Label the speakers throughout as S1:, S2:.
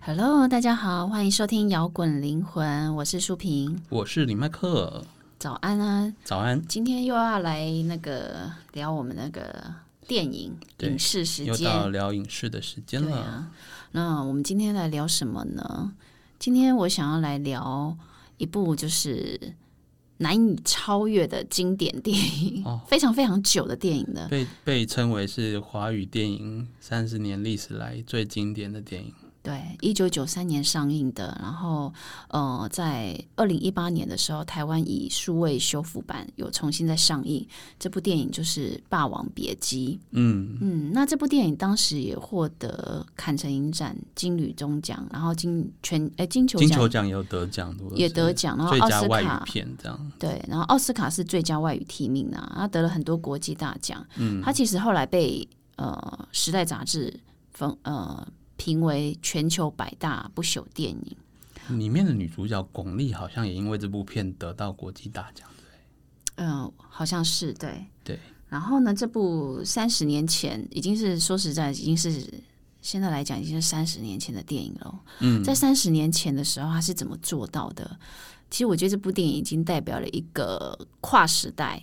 S1: Hello，大家好，欢迎收听摇滚灵魂，我是舒萍。
S2: 我是李麦克，
S1: 早安啊！
S2: 早安，
S1: 今天又要来那个聊我们那个电影
S2: 对
S1: 影视时
S2: 又到
S1: 间，
S2: 聊影视的时间
S1: 对
S2: 了。
S1: 啊。那我们今天来聊什么呢？今天我想要来聊一部就是难以超越的经典电影，
S2: 哦
S1: 非常非常久的电影呢。
S2: 被被称为是华语电影三十年历史来最经典的电影，
S1: 对，一九九三年上映的，然后呃，在二零一八年的时候，台湾以数位修复版有重新再上映这部电影，就是《霸王别姬》。
S2: 嗯，
S1: 嗯，那这部电影当时也获得坎城影展金旅中奖，然后金全哎金球
S2: 金球
S1: 奖
S2: 奖也有得奖，对不对
S1: 也得奖，然后
S2: 最
S1: 奥
S2: 佳
S1: 斯
S2: 外语
S1: 卡
S2: 片这样。
S1: 对，然后奥斯卡是最佳外语提名啊，他得了很多国际大奖。嗯，他其实后来被呃《时代》杂志封呃评为全球百大不朽电影。
S2: 里面的女主角巩俐好像也因为这部片得到国际大奖。
S1: 嗯、好像是对。
S2: 对，
S1: 然后呢，这部三十年前已经是说实在，已经是现在来讲已经是三十年前的电影了。嗯，在三十年前的时候，他是怎么做到的？其实我觉得这部电影已经代表了一个跨时代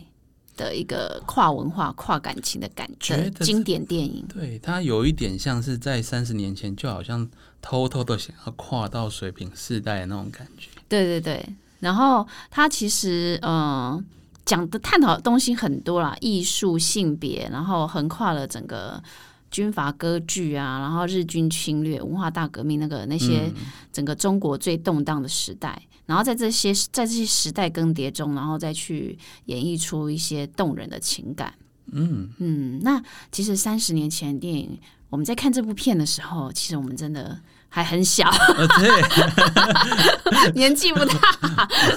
S1: 的一个跨文化、跨感情的感
S2: 觉
S1: 的
S2: 得这
S1: 经典电影。
S2: 对，它有一点像是在三十年前，就好像偷偷的想要跨到水平世代的那种感 觉。
S1: 对对对，然后他其实嗯、呃讲的探讨的东西很多啦，艺术、性别，然后横跨了整个军阀割据啊，然后日军侵略、文化大革命那个那些整个中国最动荡的时代，然后在这些在这些时代更迭中，然后再去演绎出一些动人的情感。嗯嗯，那其实三十年前的电影，我们在看这部片的时候，其实我们真的还很小，
S2: 呃，对，
S1: 年纪不大，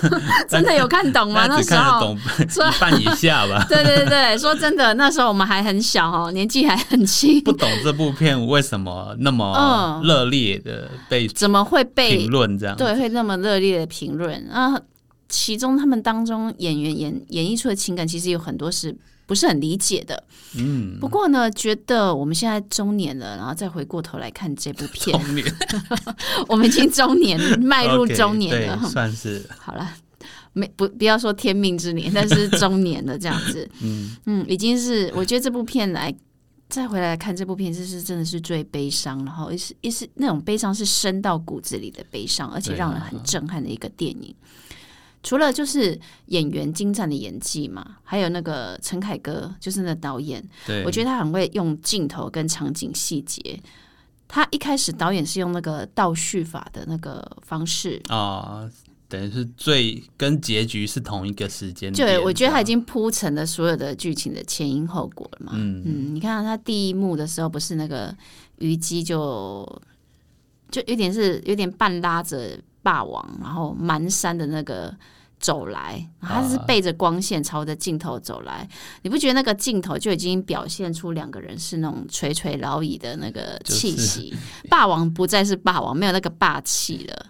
S1: 真的有看懂吗？
S2: 大家
S1: 那
S2: 只
S1: 时
S2: 看得
S1: 候，
S2: 懂一半以下吧，
S1: 对对对，说真的，那时候我们还很小 哦，年纪还很轻
S2: 不，懂这部片为什么那么
S1: 嗯
S2: 热烈的被
S1: 怎么会被
S2: 评论啊这样。
S1: 对会那么热烈的评论？啊，其中他们当中演员演演绎出的情感，其实有很多是不是很理解的。
S2: 嗯，
S1: 不过呢，觉得我们现在中年了，然后再回过头来看这部 片，
S2: 童年
S1: 我们已经中年，迈入
S2: OK，
S1: 中年了。
S2: 对，算是
S1: 好了，没不不要说天命之年，但是中年了这样子，嗯已经是我觉得这部片来再回来看这部片，就是真的是最悲伤，然后也是也是那种悲伤是深到骨子里的悲伤，而且
S2: 对啊
S1: 让人很震撼的一个电影。除了就是演员精湛的演技嘛，还有那个陈凯歌，就是那导演，
S2: 对。
S1: 我觉
S2: 得
S1: 得他很会用镜头跟场景细节。他一开始导演是用那个倒叙法的那个方式，
S2: 啊、等于是最跟结局是同一个时间点。
S1: 对，我觉得他已
S2: 这样
S1: 经铺陈了所有的剧情的前因后果了嘛。
S2: 嗯
S1: 你看他第一幕的时候，不是那个虞姬就就有点是有点半拉着霸王，然后蹒跚的那个走来，然后他是
S2: 啊
S1: 背着光线朝着镜头走来，你不觉得那个镜头就已经表现出两个人是那种垂垂老矣的那个气息？霸王不再是霸王，没有那个霸气了。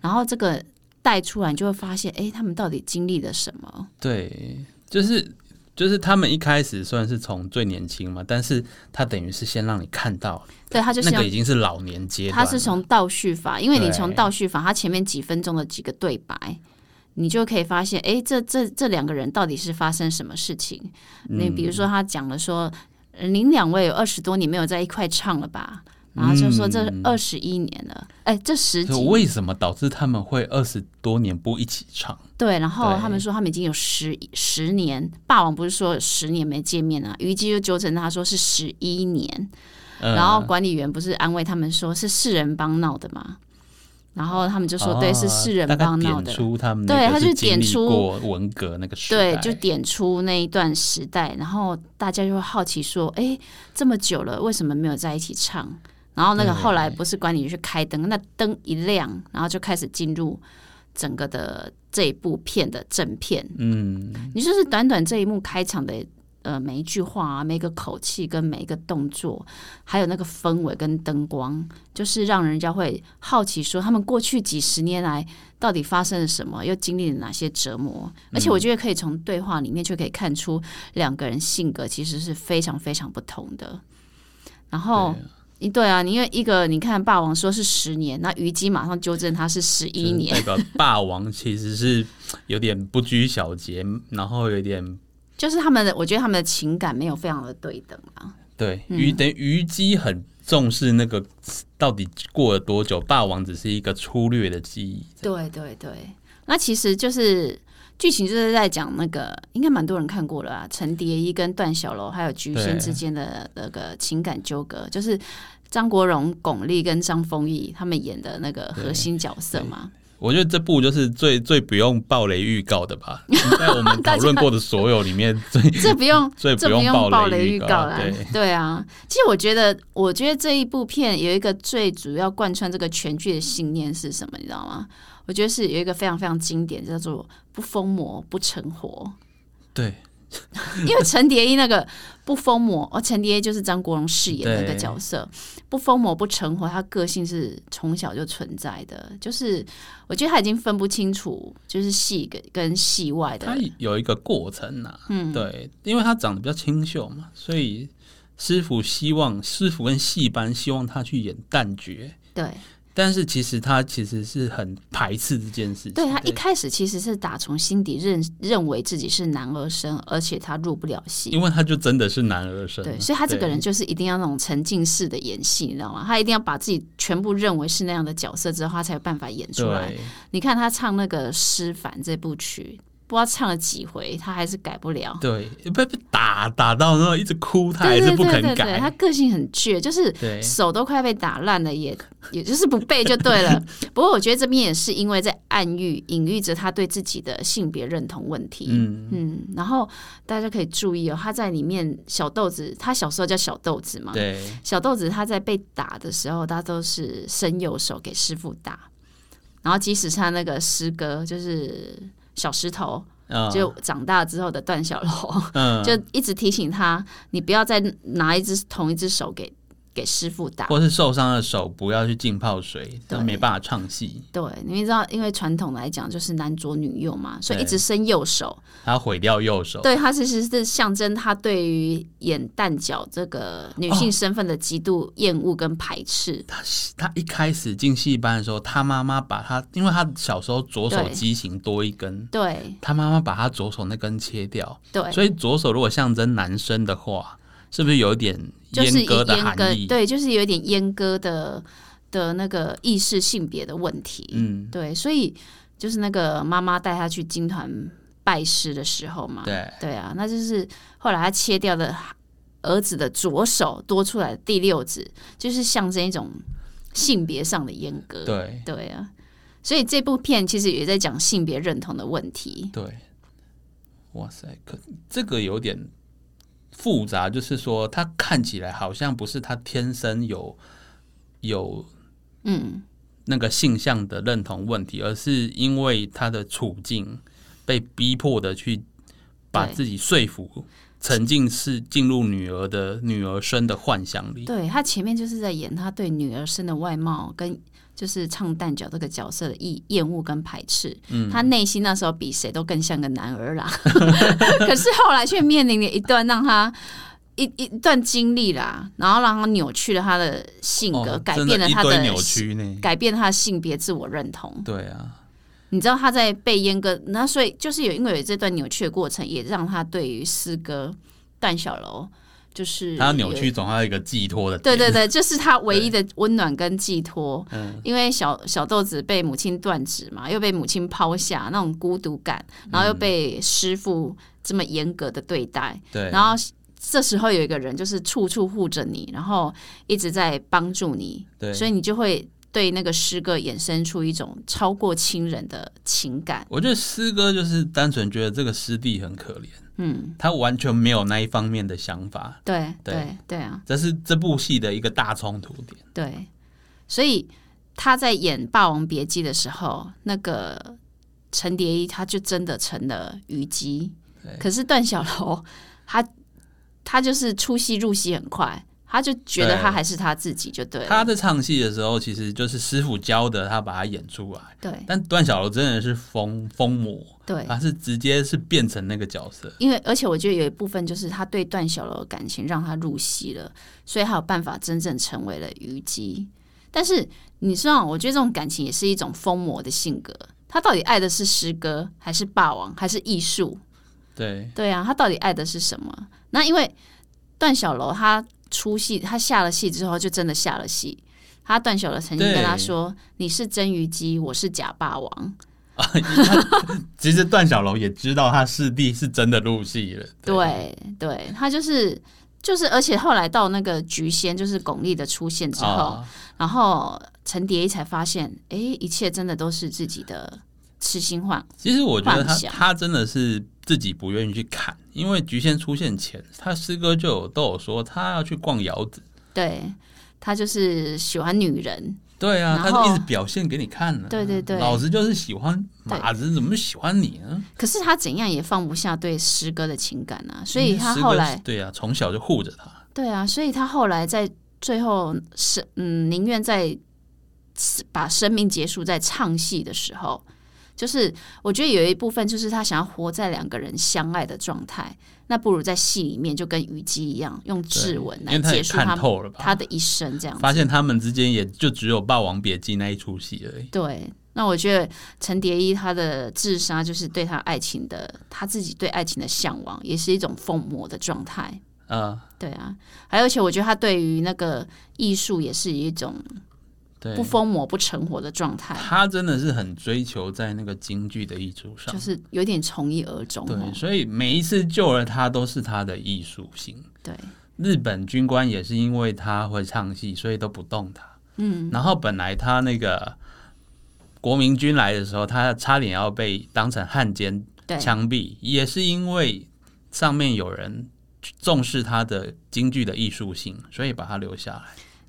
S1: 然后这个带出来，你就会发现，哎，他们到底经历了什么？
S2: 对，就是。就是他们一开始虽然是从最年轻嘛，但是他等于是先让你看到，
S1: 对他就是
S2: 那
S1: 用，
S2: 个已经是老年阶段
S1: 他
S2: 了，
S1: 是从倒叙法，因为你
S2: 对
S1: 从倒叙法，他前面几分钟的几个对白，你就可以发现，哎，这这这两个人到底是发生什么事情？你比如
S2: 嗯
S1: 说，他讲了说，呃您两位有二十多年没有在一块唱了吧？然后就说这
S2: 嗯
S1: 二十一年了，哎、这十
S2: 就
S1: 几
S2: 为什么导致他们会二十多年不一起唱？
S1: 对，然后
S2: 对
S1: 他们说他们已经有十十年，霸王不是说有十年没见面啊，虞姬就纠正他说是十一年，
S2: 嗯
S1: 然后管理员不是安慰他们说是世人帮闹的嘛，然后他们就说对，是世人
S2: 哦大概
S1: 帮闹
S2: 点
S1: 的，
S2: 出他们
S1: 对
S2: 那个
S1: 他就是
S2: 经
S1: 点
S2: 历
S1: 出
S2: 过文革那个时代，
S1: 对，就点出那一段时代，然后大家就会好奇说，哎，这么久了，为什么没有在一起唱？然后那个
S2: 对
S1: 后来不是管理员去开灯，那灯一亮，然后就开始进入整个的这一部片的正片，
S2: 嗯，
S1: 你就是短短这一幕开场的呃每一句话啊，每一个口气跟每一个动作，还有那个氛围跟灯光，就是让人家会好奇说他们过去几十年来到底发生了什么，又经历了哪些折磨。而且我觉得可以从对话里面就可以看出两个人性格其实是非常非常不同的。然后
S2: 对
S1: 你对啊，你因为一个你看霸王说是十年，那虞姬马上纠正他是十一
S2: 就是
S1: 年，
S2: 代表霸王其实是有点不拘小节，然后有点
S1: 就是他们的，我觉得他们的情感没有非常的对等啊。
S2: 对虞等于虞姬很重视那个到底过了多久，霸王只是一个粗略的记忆。
S1: 对对对，那其实就是剧情就是在讲那个，应该蛮多人看过了啊，陈蝶衣跟段小楼还有菊仙
S2: 对
S1: 之间的那个情感纠葛，就是张国荣、巩俐跟张丰毅他们演的那个核心角色嘛。
S2: 我觉得这部就是最最不用暴雷预告的吧，在我们讨论过的所有里面最
S1: 这不用
S2: 最
S1: 这
S2: 不用
S1: 用
S2: 暴
S1: 雷
S2: 雷预
S1: 告
S2: 告
S1: 啦
S2: 对，
S1: 对啊。其实我觉得，我觉得这一部片有一个最主要贯穿这个全剧的信念是什么，你知道吗？我觉得是有一个非常非常经典，叫做“不疯魔不成活
S2: 对”，
S1: 因为陈蝶衣那个“不疯魔”，哦，陈蝶衣就是张国荣饰演的那个
S2: 对
S1: 角色，“不疯魔不成活”，他个性是从小就存在的，就是我觉得他已经分不清楚，就是戏跟跟戏外的
S2: 它有一个过程呐、嗯，对，因为他长得比较清秀嘛，所以师傅希望师傅跟戏班希望他去演旦角，
S1: 对。
S2: 但是其实他其实是很排斥这件事情。
S1: 对他一开始其实是打从心底认认为自己是男儿身，而且他入不了戏。
S2: 因为他就真的是男儿身，
S1: 对，所以他这个人就是一定要那种沉浸式的演戏，你知道吗？他一定要把自己全部认为是那样的角色之后，他才有办法演出来。
S2: 对，
S1: 你看他唱那个《诗凡》这部曲，不知道唱了几回，他还是改不了。
S2: 对，被被打打到然后一直哭，他还
S1: 对
S2: 是
S1: 对
S2: 不
S1: 对
S2: 肯
S1: 对对，他
S2: 改。
S1: 个性很倔，就是
S2: 对
S1: 手都快被打烂了，也也就是不背就对 了。不过我觉得这边也是因为在暗喻、隐喻着他对自己的性别认同问题。
S2: 嗯，
S1: 嗯，然后大家可以注意哦，他在里面小豆子，他小时候叫小豆子嘛。
S2: 对，
S1: 小豆子他在被打的时候，他都是伸右手给师傅打，然后即使他那个师哥就是小石头，
S2: 啊，
S1: 就长大之后的段小楼，
S2: 嗯，
S1: 就一直提醒他，你不要再拿一只同一只手给给师傅打。
S2: 或是受伤的手不要去浸泡水，
S1: 对
S2: 他没办法唱戏，
S1: 对，你知道，因为传统来讲就是男左女右嘛，所以一
S2: 对哦
S1: 直伸右手，
S2: 他毁掉右手。
S1: 对，它其实是象征他对于演旦角这个女性身份的极度厌恶跟排斥。
S2: 他他一开始进戏班的时候，他妈妈把他，因为他小时候左手
S1: 对
S2: 畸形多一根，
S1: 对
S2: 他妈妈把他左手那根切掉，
S1: 对，
S2: 所以左手如果象征男生的话，是不是有一点
S1: 就是
S2: 阉割的
S1: 阉
S2: 含
S1: 割
S2: 义？，
S1: 对，就是有一点阉割的的那个意识性别的问题。
S2: 嗯，
S1: 对，所以就是那个妈妈带他去金团拜师的时候嘛，
S2: 对
S1: 啊，那就是后来他切掉的儿子的左手多出来的第六指，就是象征一种性别上的阉割。
S2: 对
S1: 对啊，所以这部片其实也在讲性别认同的问题。
S2: 对，哇塞，可这个有点复杂，就是说他看起来好像不是他天生有有
S1: 嗯，
S2: 那个性向的认同问题，而是因为他的处境被逼迫的去把
S1: 对
S2: 自己说服，沉浸式进入女儿的女儿身的幻想里。
S1: 对他前面就是在演他对女儿身的外貌跟就是唱旦角这个角色的厌厌恶跟排斥。嗯，他内心那时候比谁都更像个男儿啦， 可是后来却面临了一段让他。一一段经历啦，然后让他扭曲了他的性格，
S2: 哦
S1: 改
S2: 真
S1: 变了
S2: 的一
S1: 他
S2: 堆扭曲呢。
S1: 改变他的性别自我认同。
S2: 对啊，
S1: 你知道他在被阉割，那所以就是有因为有这段扭曲的过程，也让他对于师哥段小楼就是
S2: 他扭曲
S1: 有，
S2: 总要有一个寄托的
S1: 对
S2: 点。
S1: 对对，这、是他唯一的温暖跟寄托。
S2: 嗯
S1: 因为小小豆子被母亲断指嘛，又被母亲抛下，那种孤独感，
S2: 嗯
S1: 然后又被师傅这么严格的对待，
S2: 对
S1: 然后。这时候有一个人就是处处护着你，然后一直在帮助你，
S2: 对
S1: 所以你就会对那个师哥衍生出一种超过亲人的情感。
S2: 我觉得师哥就是单纯觉得这个师弟很可怜，
S1: 嗯，
S2: 他完全没有那一方面的想法，
S1: 对
S2: 对
S1: 对对啊，
S2: 这是这部戏的一个大冲突点。
S1: 对，所以他在演《霸王别姬》的时候，那个陈蝶衣他就真的成了虞姬，可是段小楼他他就是出戏入戏很快，他就觉得
S2: 对
S1: 他还是他自己就对了。
S2: 他在唱戏的时候，其实就是师傅教的，他把它演出来。
S1: 对
S2: 但段小楼真的是疯疯魔，
S1: 对，
S2: 他是直接是变成那个角色。
S1: 因为而且我觉得有一部分就是他对段小楼的感情让他入戏了，所以他有办法真正成为了虞姬。但是你知道，我觉得这种感情也是一种疯魔的性格。他到底爱的是诗歌，还是霸王，还是艺术？
S2: 对，
S1: 对啊，他到底爱的是什么？那因为段小楼他出戏，他下了戏之后就真的下了戏。他段小楼曾经
S2: 对
S1: 跟他说：“你是真虞姬，我是假霸王。
S2: 其实段小楼也知道他师弟是真的入戏了。”
S1: 对对，他就是就是，而且后来到那个菊仙，就是巩俐的出现之后，
S2: 啊，
S1: 然后陈蝶衣才发现，哎，一切真的都是自己的痴心幻。
S2: 其实我觉得他
S1: 幻想
S2: 他真的是自己不愿意去看，因为菊仙出现前，他师哥就有都有说他要去逛窑子。
S1: 对他就是喜欢女人，
S2: 对啊，他
S1: 然
S2: 就一
S1: 后
S2: 直表现给你看呢、
S1: 对对对
S2: 嗯老子就是喜欢
S1: 对
S2: 马子，怎么喜欢你呢？
S1: 可是他怎样也放不下对师哥的情感啊，所以他
S2: 师哥
S1: 后来。
S2: 对啊，从小就护着他。
S1: 对啊，所以他后来在最后是嗯，宁愿在把生命结束在唱戏的时候，就是我觉得有一部分就是他想要活在两个人相爱的状态，那不如在戏里面就跟虞姬一样，用
S2: 对
S1: 质问
S2: 因
S1: 来
S2: 为啊他
S1: 结
S2: 也
S1: 束
S2: 看
S1: 他
S2: 透了吧？
S1: 他的一生这样
S2: 发
S1: 子。
S2: 现他们之间也就只有《霸王别姬》那一出戏而已。
S1: 对，那我觉得陈蝶衣他的自杀就是对他爱情的他自己对爱情的向往，也是一种疯魔的状态。
S2: 啊，
S1: 对啊，还有而且我觉得他对于那个艺术也是一种
S2: 对
S1: 不，疯魔不成活的状态，
S2: 他真的是很追求在那个京剧的艺术上
S1: 就。是有点从一而终哦。
S2: 啊对，所以每一次救了他都是他的艺术性。
S1: 对
S2: 日本军官也是因为他会唱戏，所以都不动他。嗯，然后本来他那个国民军来的时候，他差点要被当成汉奸
S1: 对
S2: 枪毙，也是因为上面有人重视他的京剧的艺术性，所以把他留下来。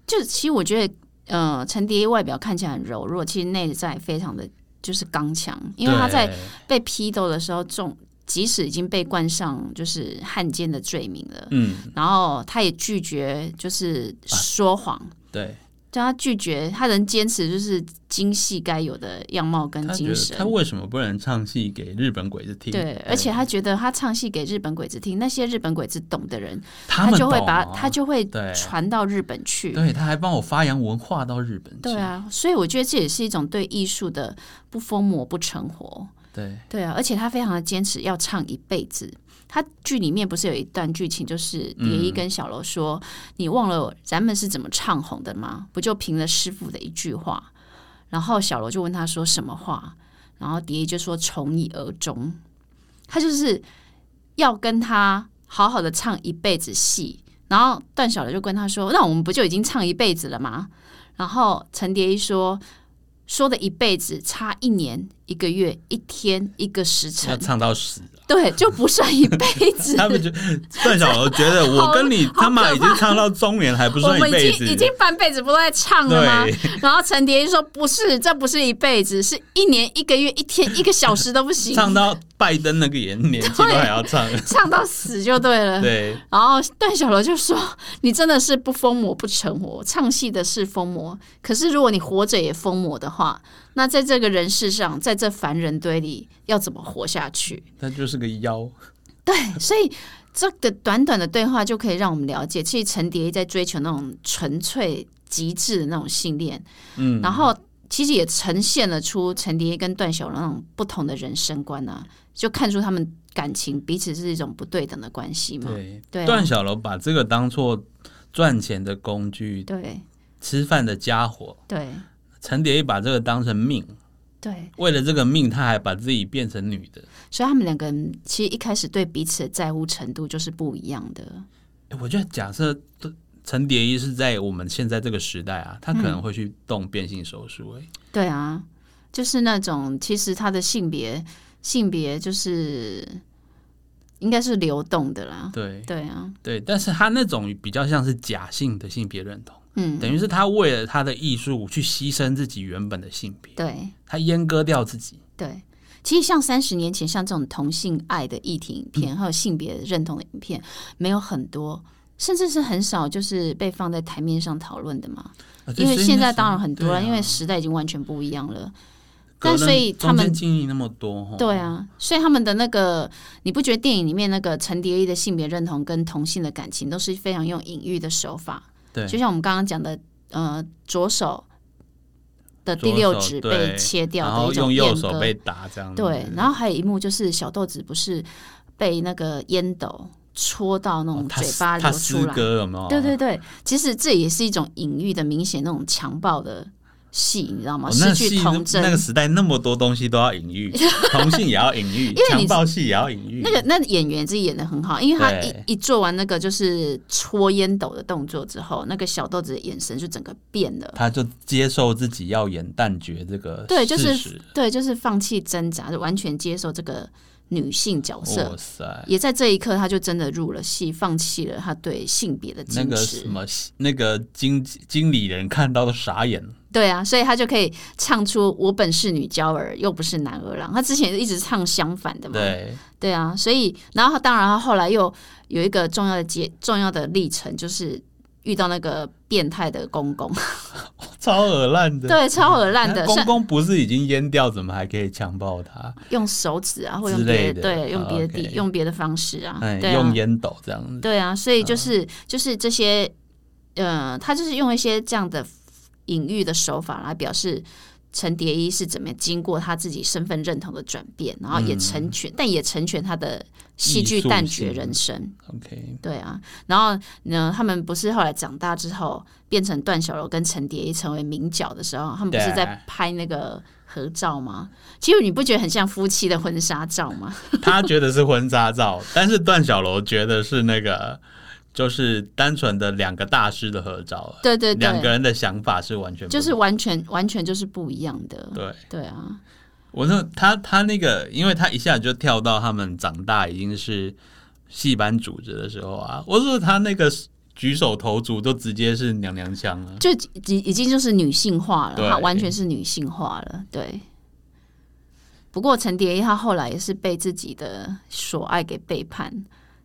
S1: 就其实我觉得，呃，陈蝶衣外表看起来很柔弱，其实内在非常的就是刚强，因为他在
S2: 对
S1: 被批斗的时候重。即使已经被冠上就是汉奸的罪名了，
S2: 嗯，啊
S1: 然后他也拒绝就是说谎，
S2: 对，
S1: 就他拒绝，他能坚持就是京戏该有的样貌跟
S2: 他觉
S1: 精
S2: 得
S1: 神。
S2: 他为什么不能唱戏给日本鬼子听？
S1: 对，而且他觉得他唱戏给日本鬼子听，那些日本鬼子懂的人，
S2: 他们
S1: 就会
S2: 懂
S1: 把
S2: 哦
S1: 他就会
S2: 对
S1: 传到日本去。
S2: 对，他还帮我发扬文化到日本去。
S1: 对啊，所以我觉得这也是一种对艺术的不疯魔不成活。
S2: 对，
S1: 对啊，而且他非常的坚持要唱一辈子。他剧里面不是有一段剧情，就是蝶衣跟小楼说：“你忘了咱们是怎么唱红的吗？不就凭了师傅的一句话？”然后小楼就问他说什么话，然后蝶衣就说：“从一而终。”他就是要跟他好好的唱一辈子戏。然后段小楼就跟他说：“那我们不就已经唱一辈子了吗？”然后陈蝶衣说：“说的一辈子差一年、一个月、一天、一个时
S2: 要
S1: 辰，
S2: 唱到死。啊
S1: 对，就不算一辈 子。
S2: 他 们就段小楼觉得我跟你他妈已经唱到中年，还不
S1: 我
S2: 算
S1: 们
S2: 一
S1: 已
S2: 辈
S1: 经
S2: 子。
S1: 已经半辈子不都在唱了吗？
S2: 对，
S1: 然后陈蝶衣说：“不是，这不是一辈子，是一年、一个月、一天、一个小时都不行，
S2: 唱到拜登那个年年纪都还要唱。
S1: 唱到死就 对了。”
S2: 对，
S1: 然后段小楼就说：“你真的是不疯魔不成活，唱戏的是疯魔，可是如果你活着也疯魔的话，那在这个人世上，在这凡人堆里，要怎么活下去
S2: 他就是个妖。？”
S1: 对，所以这个短短的对话就可以让我们了解，其实陈蝶衣在追求那种纯粹极致的那种信念，
S2: 嗯，
S1: 然后其实也呈现了出陈蝶衣跟段小楼那种不同的人生观啊，就看出他们感情彼此是一种不对等的关系嘛。
S2: 对，
S1: 对啊
S2: 段小楼把这个当做赚钱的工具，
S1: 对
S2: 吃饭的家伙。
S1: 对
S2: 陈蝶衣把这个当成命，
S1: 对，
S2: 为了这个命，他还把自己变成女的。
S1: 所以他们两个人其实一开始对彼此的在乎程度就是不一样的。
S2: 诶我觉得假设陈蝶衣是在我们现在这个时代啊，
S1: 嗯
S2: 他可能会去动变性手术、欸诶
S1: 对啊，就是那种其实他的性别性别就是应该是流动的啦。
S2: 对
S1: 对啊，
S2: 对，但是他那种比较像是假性的性别认同，
S1: 嗯，
S2: 等于是他为了他的艺术去牺牲自己原本的性别，
S1: 对
S2: 他阉割掉自己。
S1: 对。其实像三十年
S2: 嗯
S1: 前，像这种同性爱的议题影片，还有性别认同的影片，没有很多。甚至是很少就是被放在台面上讨论的嘛。
S2: 啊对
S1: 因为
S2: 所以
S1: 现
S2: 那
S1: 在
S2: 时
S1: 当
S2: 候
S1: 然很多了，
S2: 对啊
S1: 因为时代已经完全不一样了。
S2: 可
S1: 但
S2: 能
S1: 所以他
S2: 中间
S1: 们
S2: 经历那么多，吼
S1: 对，啊，所以他们的那个，你不觉得电影里面那个陈蝶衣的性别认同跟同性的感情都是非常用隐喻的手法？
S2: 对
S1: 就像我们刚刚讲的，呃，左手的第
S2: 左
S1: 六
S2: 手
S1: 指
S2: 对
S1: 被切掉
S2: 然
S1: 的
S2: 后
S1: 一
S2: 用
S1: 种阉
S2: 右手
S1: 割，
S2: 被嗯打这样子，
S1: 对，然后还有一幕就是小豆子不是被那个烟斗戳到那
S2: 哦
S1: 种
S2: 他
S1: 嘴
S2: 诗
S1: 巴
S2: 他哦
S1: 流出
S2: 诗
S1: 来，
S2: 歌有没有？
S1: 对对对，其实这也是一种隐喻的明显那种强暴的戏，你知道吗？
S2: 哦，
S1: 失
S2: 那
S1: 去
S2: 戏
S1: 童
S2: 那
S1: 真，
S2: 那个时代那么多东西都要隐 喻，同性也要隐喻
S1: 因为，你
S2: 强暴戏也要隐喻，
S1: 那个那演员自己演的很好，因为他
S2: 对
S1: 一一做完那个就是戳烟斗的动作之后，那个小豆子的眼神就整个变了。
S2: 他就接受自己要演旦角这个
S1: 对就是
S2: 事实
S1: 对，就是放弃挣扎，就完全接受这个女性角色。
S2: 哇塞，
S1: 也在这一刻，他就真的入了戏，放弃了他对性别的
S2: 那
S1: 矜
S2: 个
S1: 持。
S2: 什么那个经经理人看到都傻眼了，
S1: 对啊，所以他就可以唱出“我本是女娇儿，又不是男儿郎”。他之前一直唱相反的嘛。
S2: 对，
S1: 对啊，所以然后他当然他后来又有一个重要的节重要的历程，就是遇到那个变态的公公，
S2: 超恶烂的。
S1: 对，超 恶烂的，
S2: 公
S1: 像
S2: 公不是已经淹掉，怎么还可以强暴他？
S1: 用手指啊，或
S2: 之
S1: 用别
S2: 类
S1: 的，
S2: 的
S1: 对，用别的地，
S2: OK
S1: 用别的方式啊，
S2: 哎，
S1: 对啊
S2: 用，烟斗这样子。
S1: 对啊，所以
S2: 嗯
S1: 就是、就是这些，呃，他就是用一些这样的隐喻的手法来表示。陈蝶衣是怎么经过他自己身份认同的转变，然后也成全，但也成全他的戏剧
S2: 嗯艺术
S1: 旦角
S2: 性
S1: 人生。
S2: OK，
S1: 对啊，然后呢，他们不是后来长大之后变成段小楼跟陈蝶衣成为名角的时候，他们不是
S2: 对
S1: 在拍那个合照吗？其实你不觉得很像夫妻的婚纱照吗？
S2: 他觉得是婚纱照， 但是段小楼觉得是那个，就是单纯的两个大师的合照，
S1: 对对
S2: 两个
S1: 对，
S2: 人的想法是完全不
S1: 就是
S2: 一样
S1: 完全完全就是不一样的。
S2: 对。
S1: 对啊，
S2: 我说他他那个，因为他一下就跳到他们长大已经是戏班主子的时候啊，我说他那个举手投足都直接是娘娘腔啊了。
S1: 就已已经就是女性化了，
S2: 对
S1: 它完全是女性化了。对。不过陈蝶衣她后来也是被自己的所爱给背叛，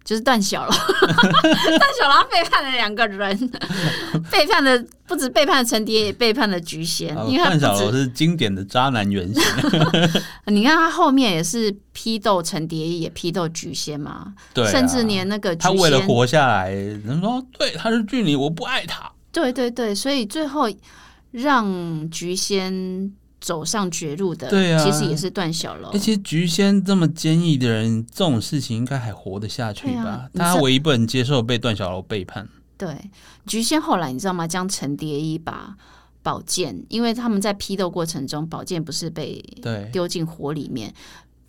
S1: 就是段小楼， 段小楼她背叛了两个人，背叛了不止背叛了陈蝶，也背叛了菊仙，
S2: 啊
S1: 因为她
S2: 范小
S1: 不
S2: 楼
S1: 止，
S2: 是经典的渣男原型，
S1: 你看她后面也是批斗陈蝶衣，也批斗菊仙嘛，
S2: 对、啊，
S1: 甚至连那个菊
S2: 他
S1: 仙
S2: 为了活下来，人说对他是俊离，我不爱他。
S1: 对对对，所以最后让菊仙走上绝路的，
S2: 对啊
S1: 其实也是段小楼
S2: 而。且哎菊仙这么坚毅的人，这种事情应该还活得下去
S1: 对啊
S2: 吧？
S1: 你
S2: 他
S1: 是
S2: 唯一不能接受被段小楼背叛，
S1: 对，菊仙后来你知道吗？将陈蝶衣把宝剑，因为他们在批斗过程中，宝剑不是被
S2: 对
S1: 丢进火里面，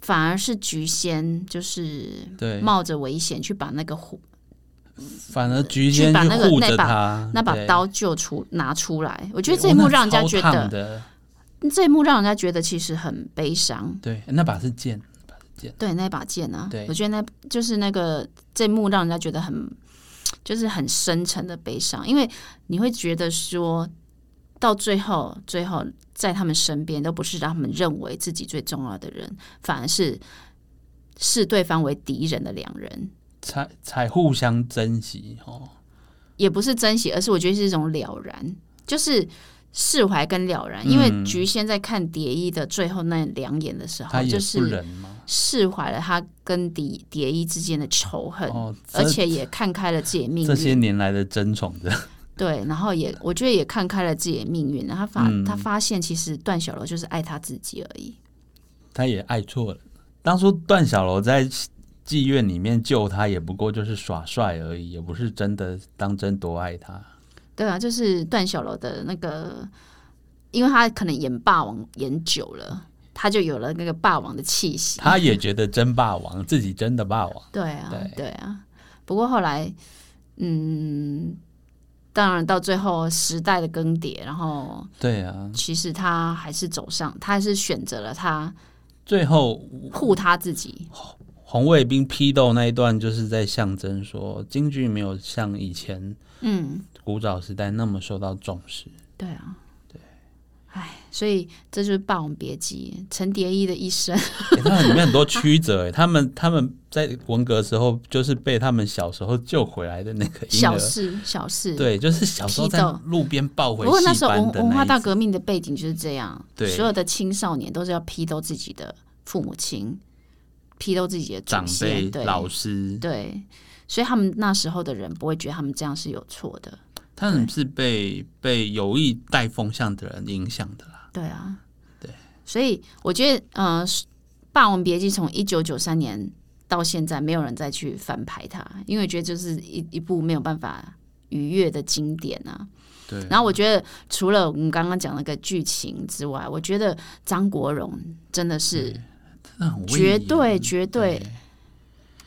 S1: 反而是菊仙就是
S2: 对，
S1: 冒着危险去把那个火
S2: 反而菊仙
S1: 把
S2: 就
S1: 那个
S2: 护
S1: 那
S2: 着
S1: 把
S2: 他
S1: 那把
S2: 嗯对
S1: 刀救出拿出来。我觉得
S2: 对
S1: 这一
S2: 哇
S1: 幕
S2: 那
S1: 让人家
S2: 超
S1: 觉
S2: 烫
S1: 得，
S2: 的
S1: 这一幕让人家觉得其实很悲伤。
S2: 对，那把是剑，那把是剑，
S1: 对，那把剑啊
S2: 对，
S1: 我觉得那就是那个这幕让人家觉得很，就是很深沉的悲伤，因为你会觉得说，到最后，最后在他们身边都不是他们认为自己最重要的人，反而是视对方为敌人的两人，
S2: 才才互相珍惜哦。
S1: 也不是珍惜，而是我觉得是一种了然，就是。释怀跟了然，因为
S2: 嗯
S1: 菊仙在看蝶衣的最后那两眼的时候，
S2: 他也
S1: 就
S2: 不
S1: 是
S2: 忍嘛，
S1: 释怀了他跟蝶蝶衣之间的仇恨。
S2: 哦，
S1: 而
S2: 这
S1: 且也看开了自己的命
S2: 这些
S1: 运，
S2: 年来的争宠的，
S1: 对，然后也我觉得也看开了自己的命运，然后他发、
S2: 嗯
S1: 他发现其实段小楼就是爱他自己而已，
S2: 他也爱错了。当初段小楼在妓院里面救他，也不过就是耍帅而已，也不是真的当真多爱他。
S1: 对啊，就是段小楼的那个，因为他可能演霸王演久了，他就有了那个霸王的气息，
S2: 他也觉得真霸王，自己真的霸王。
S1: 对啊，
S2: 对
S1: 对啊，不过后来，嗯，当然到最后时代的更迭，然后
S2: 对啊，
S1: 其实他还是走上，他还是选择了他
S2: 最后
S1: 护他自己，
S2: 红卫兵批斗那一段，就是在象征说京剧没有像以前
S1: 嗯。
S2: 古早时代那么受到重视。
S1: 对啊，对，哎，所以这就是《霸王别姬》陈蝶衣的一生。
S2: 欸它里面很多曲折、欸，他们他们在文革时候就是被他们小时候救回来的那个婴
S1: 小
S2: 儿，
S1: 事，小事。，
S2: 对，就是小时候在
S1: 批斗
S2: 路边抱回
S1: 不过那
S2: 戏
S1: 时候文
S2: 班的
S1: 文化
S2: 那
S1: 大
S2: 一种
S1: 革命的背景就是这样，
S2: 对
S1: 所有的青少年都是要批斗自己的父母亲，批斗自己的祖
S2: 长辈
S1: 先对
S2: 老师，
S1: 对，所以他们那时候的人不会觉得他们这样是有错的。
S2: 他们是被被有意带风向的人影响的啦。
S1: 对啊，
S2: 对，
S1: 所以我觉得，呃，《霸王别姬》从一九九三年到现在，没有人再去翻拍它，因为觉得就是一一部没有办法逾越的经典啊。
S2: 对，
S1: 然后我觉得，除了我们刚刚讲那个剧情之外，我觉得张国荣真的
S2: 嗯
S1: 是
S2: 真的很威
S1: 绝
S2: 严
S1: 对绝对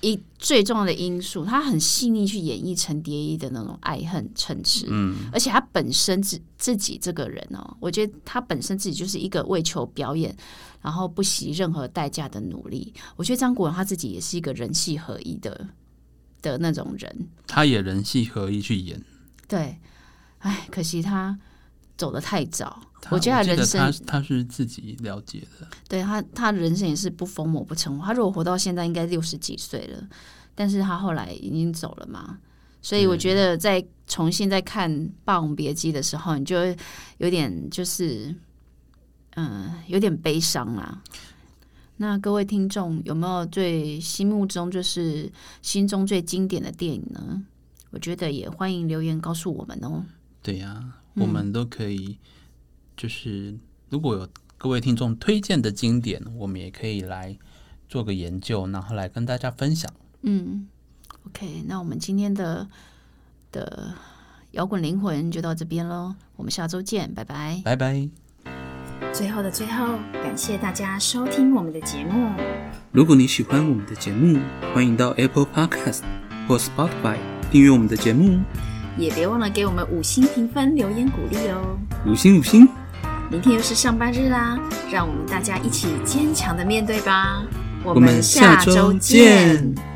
S1: 一最重要的因素，他很细腻去演绎陈蝶衣的那种爱恨嗔痴，嗯，而且他本身自自己这个人哦，我觉得他本身自己就是一个为求表演，然后不惜任何代价的努力。我觉得张国荣他自己也是一个人戏合一的的那种人，
S2: 他也人戏合一去演。
S1: 对，哎，可惜他走得太早，
S2: 他
S1: 我觉得他
S2: 记
S1: 人生
S2: 他他是自己了解的，
S1: 对他，他人生也是不疯魔不成活。他如果活到现在，应该六十几岁了，但是他后来已经走了嘛，所以我觉得在重新再看《霸王别姬》的时候，你就会有点就是，嗯、有点悲伤啦。那各位听众有没有最心目中就是心中最经典的电影呢？我觉得也欢迎留言告诉我们哦。
S2: 对呀、我们都可以，就是如果有各位听众推荐的经典，我们也可以来做个研究，然后来跟大家分享。
S1: 嗯，OK，那我们今天的的摇滚灵魂就到这边喽，我们下周见，拜拜。
S2: 拜拜。
S3: 最后的最后，感谢大家收听我们的节目。
S2: 如果你喜欢我们的节目，欢迎到 Apple Podcast 或 Spotify 订阅我们的节目，
S3: 也别忘了给我们五星评分、留言鼓励哦。
S2: 五星五星。
S3: 明天又是上班日啦，让我们大家一起坚强的面对吧。我
S2: 我们下周见。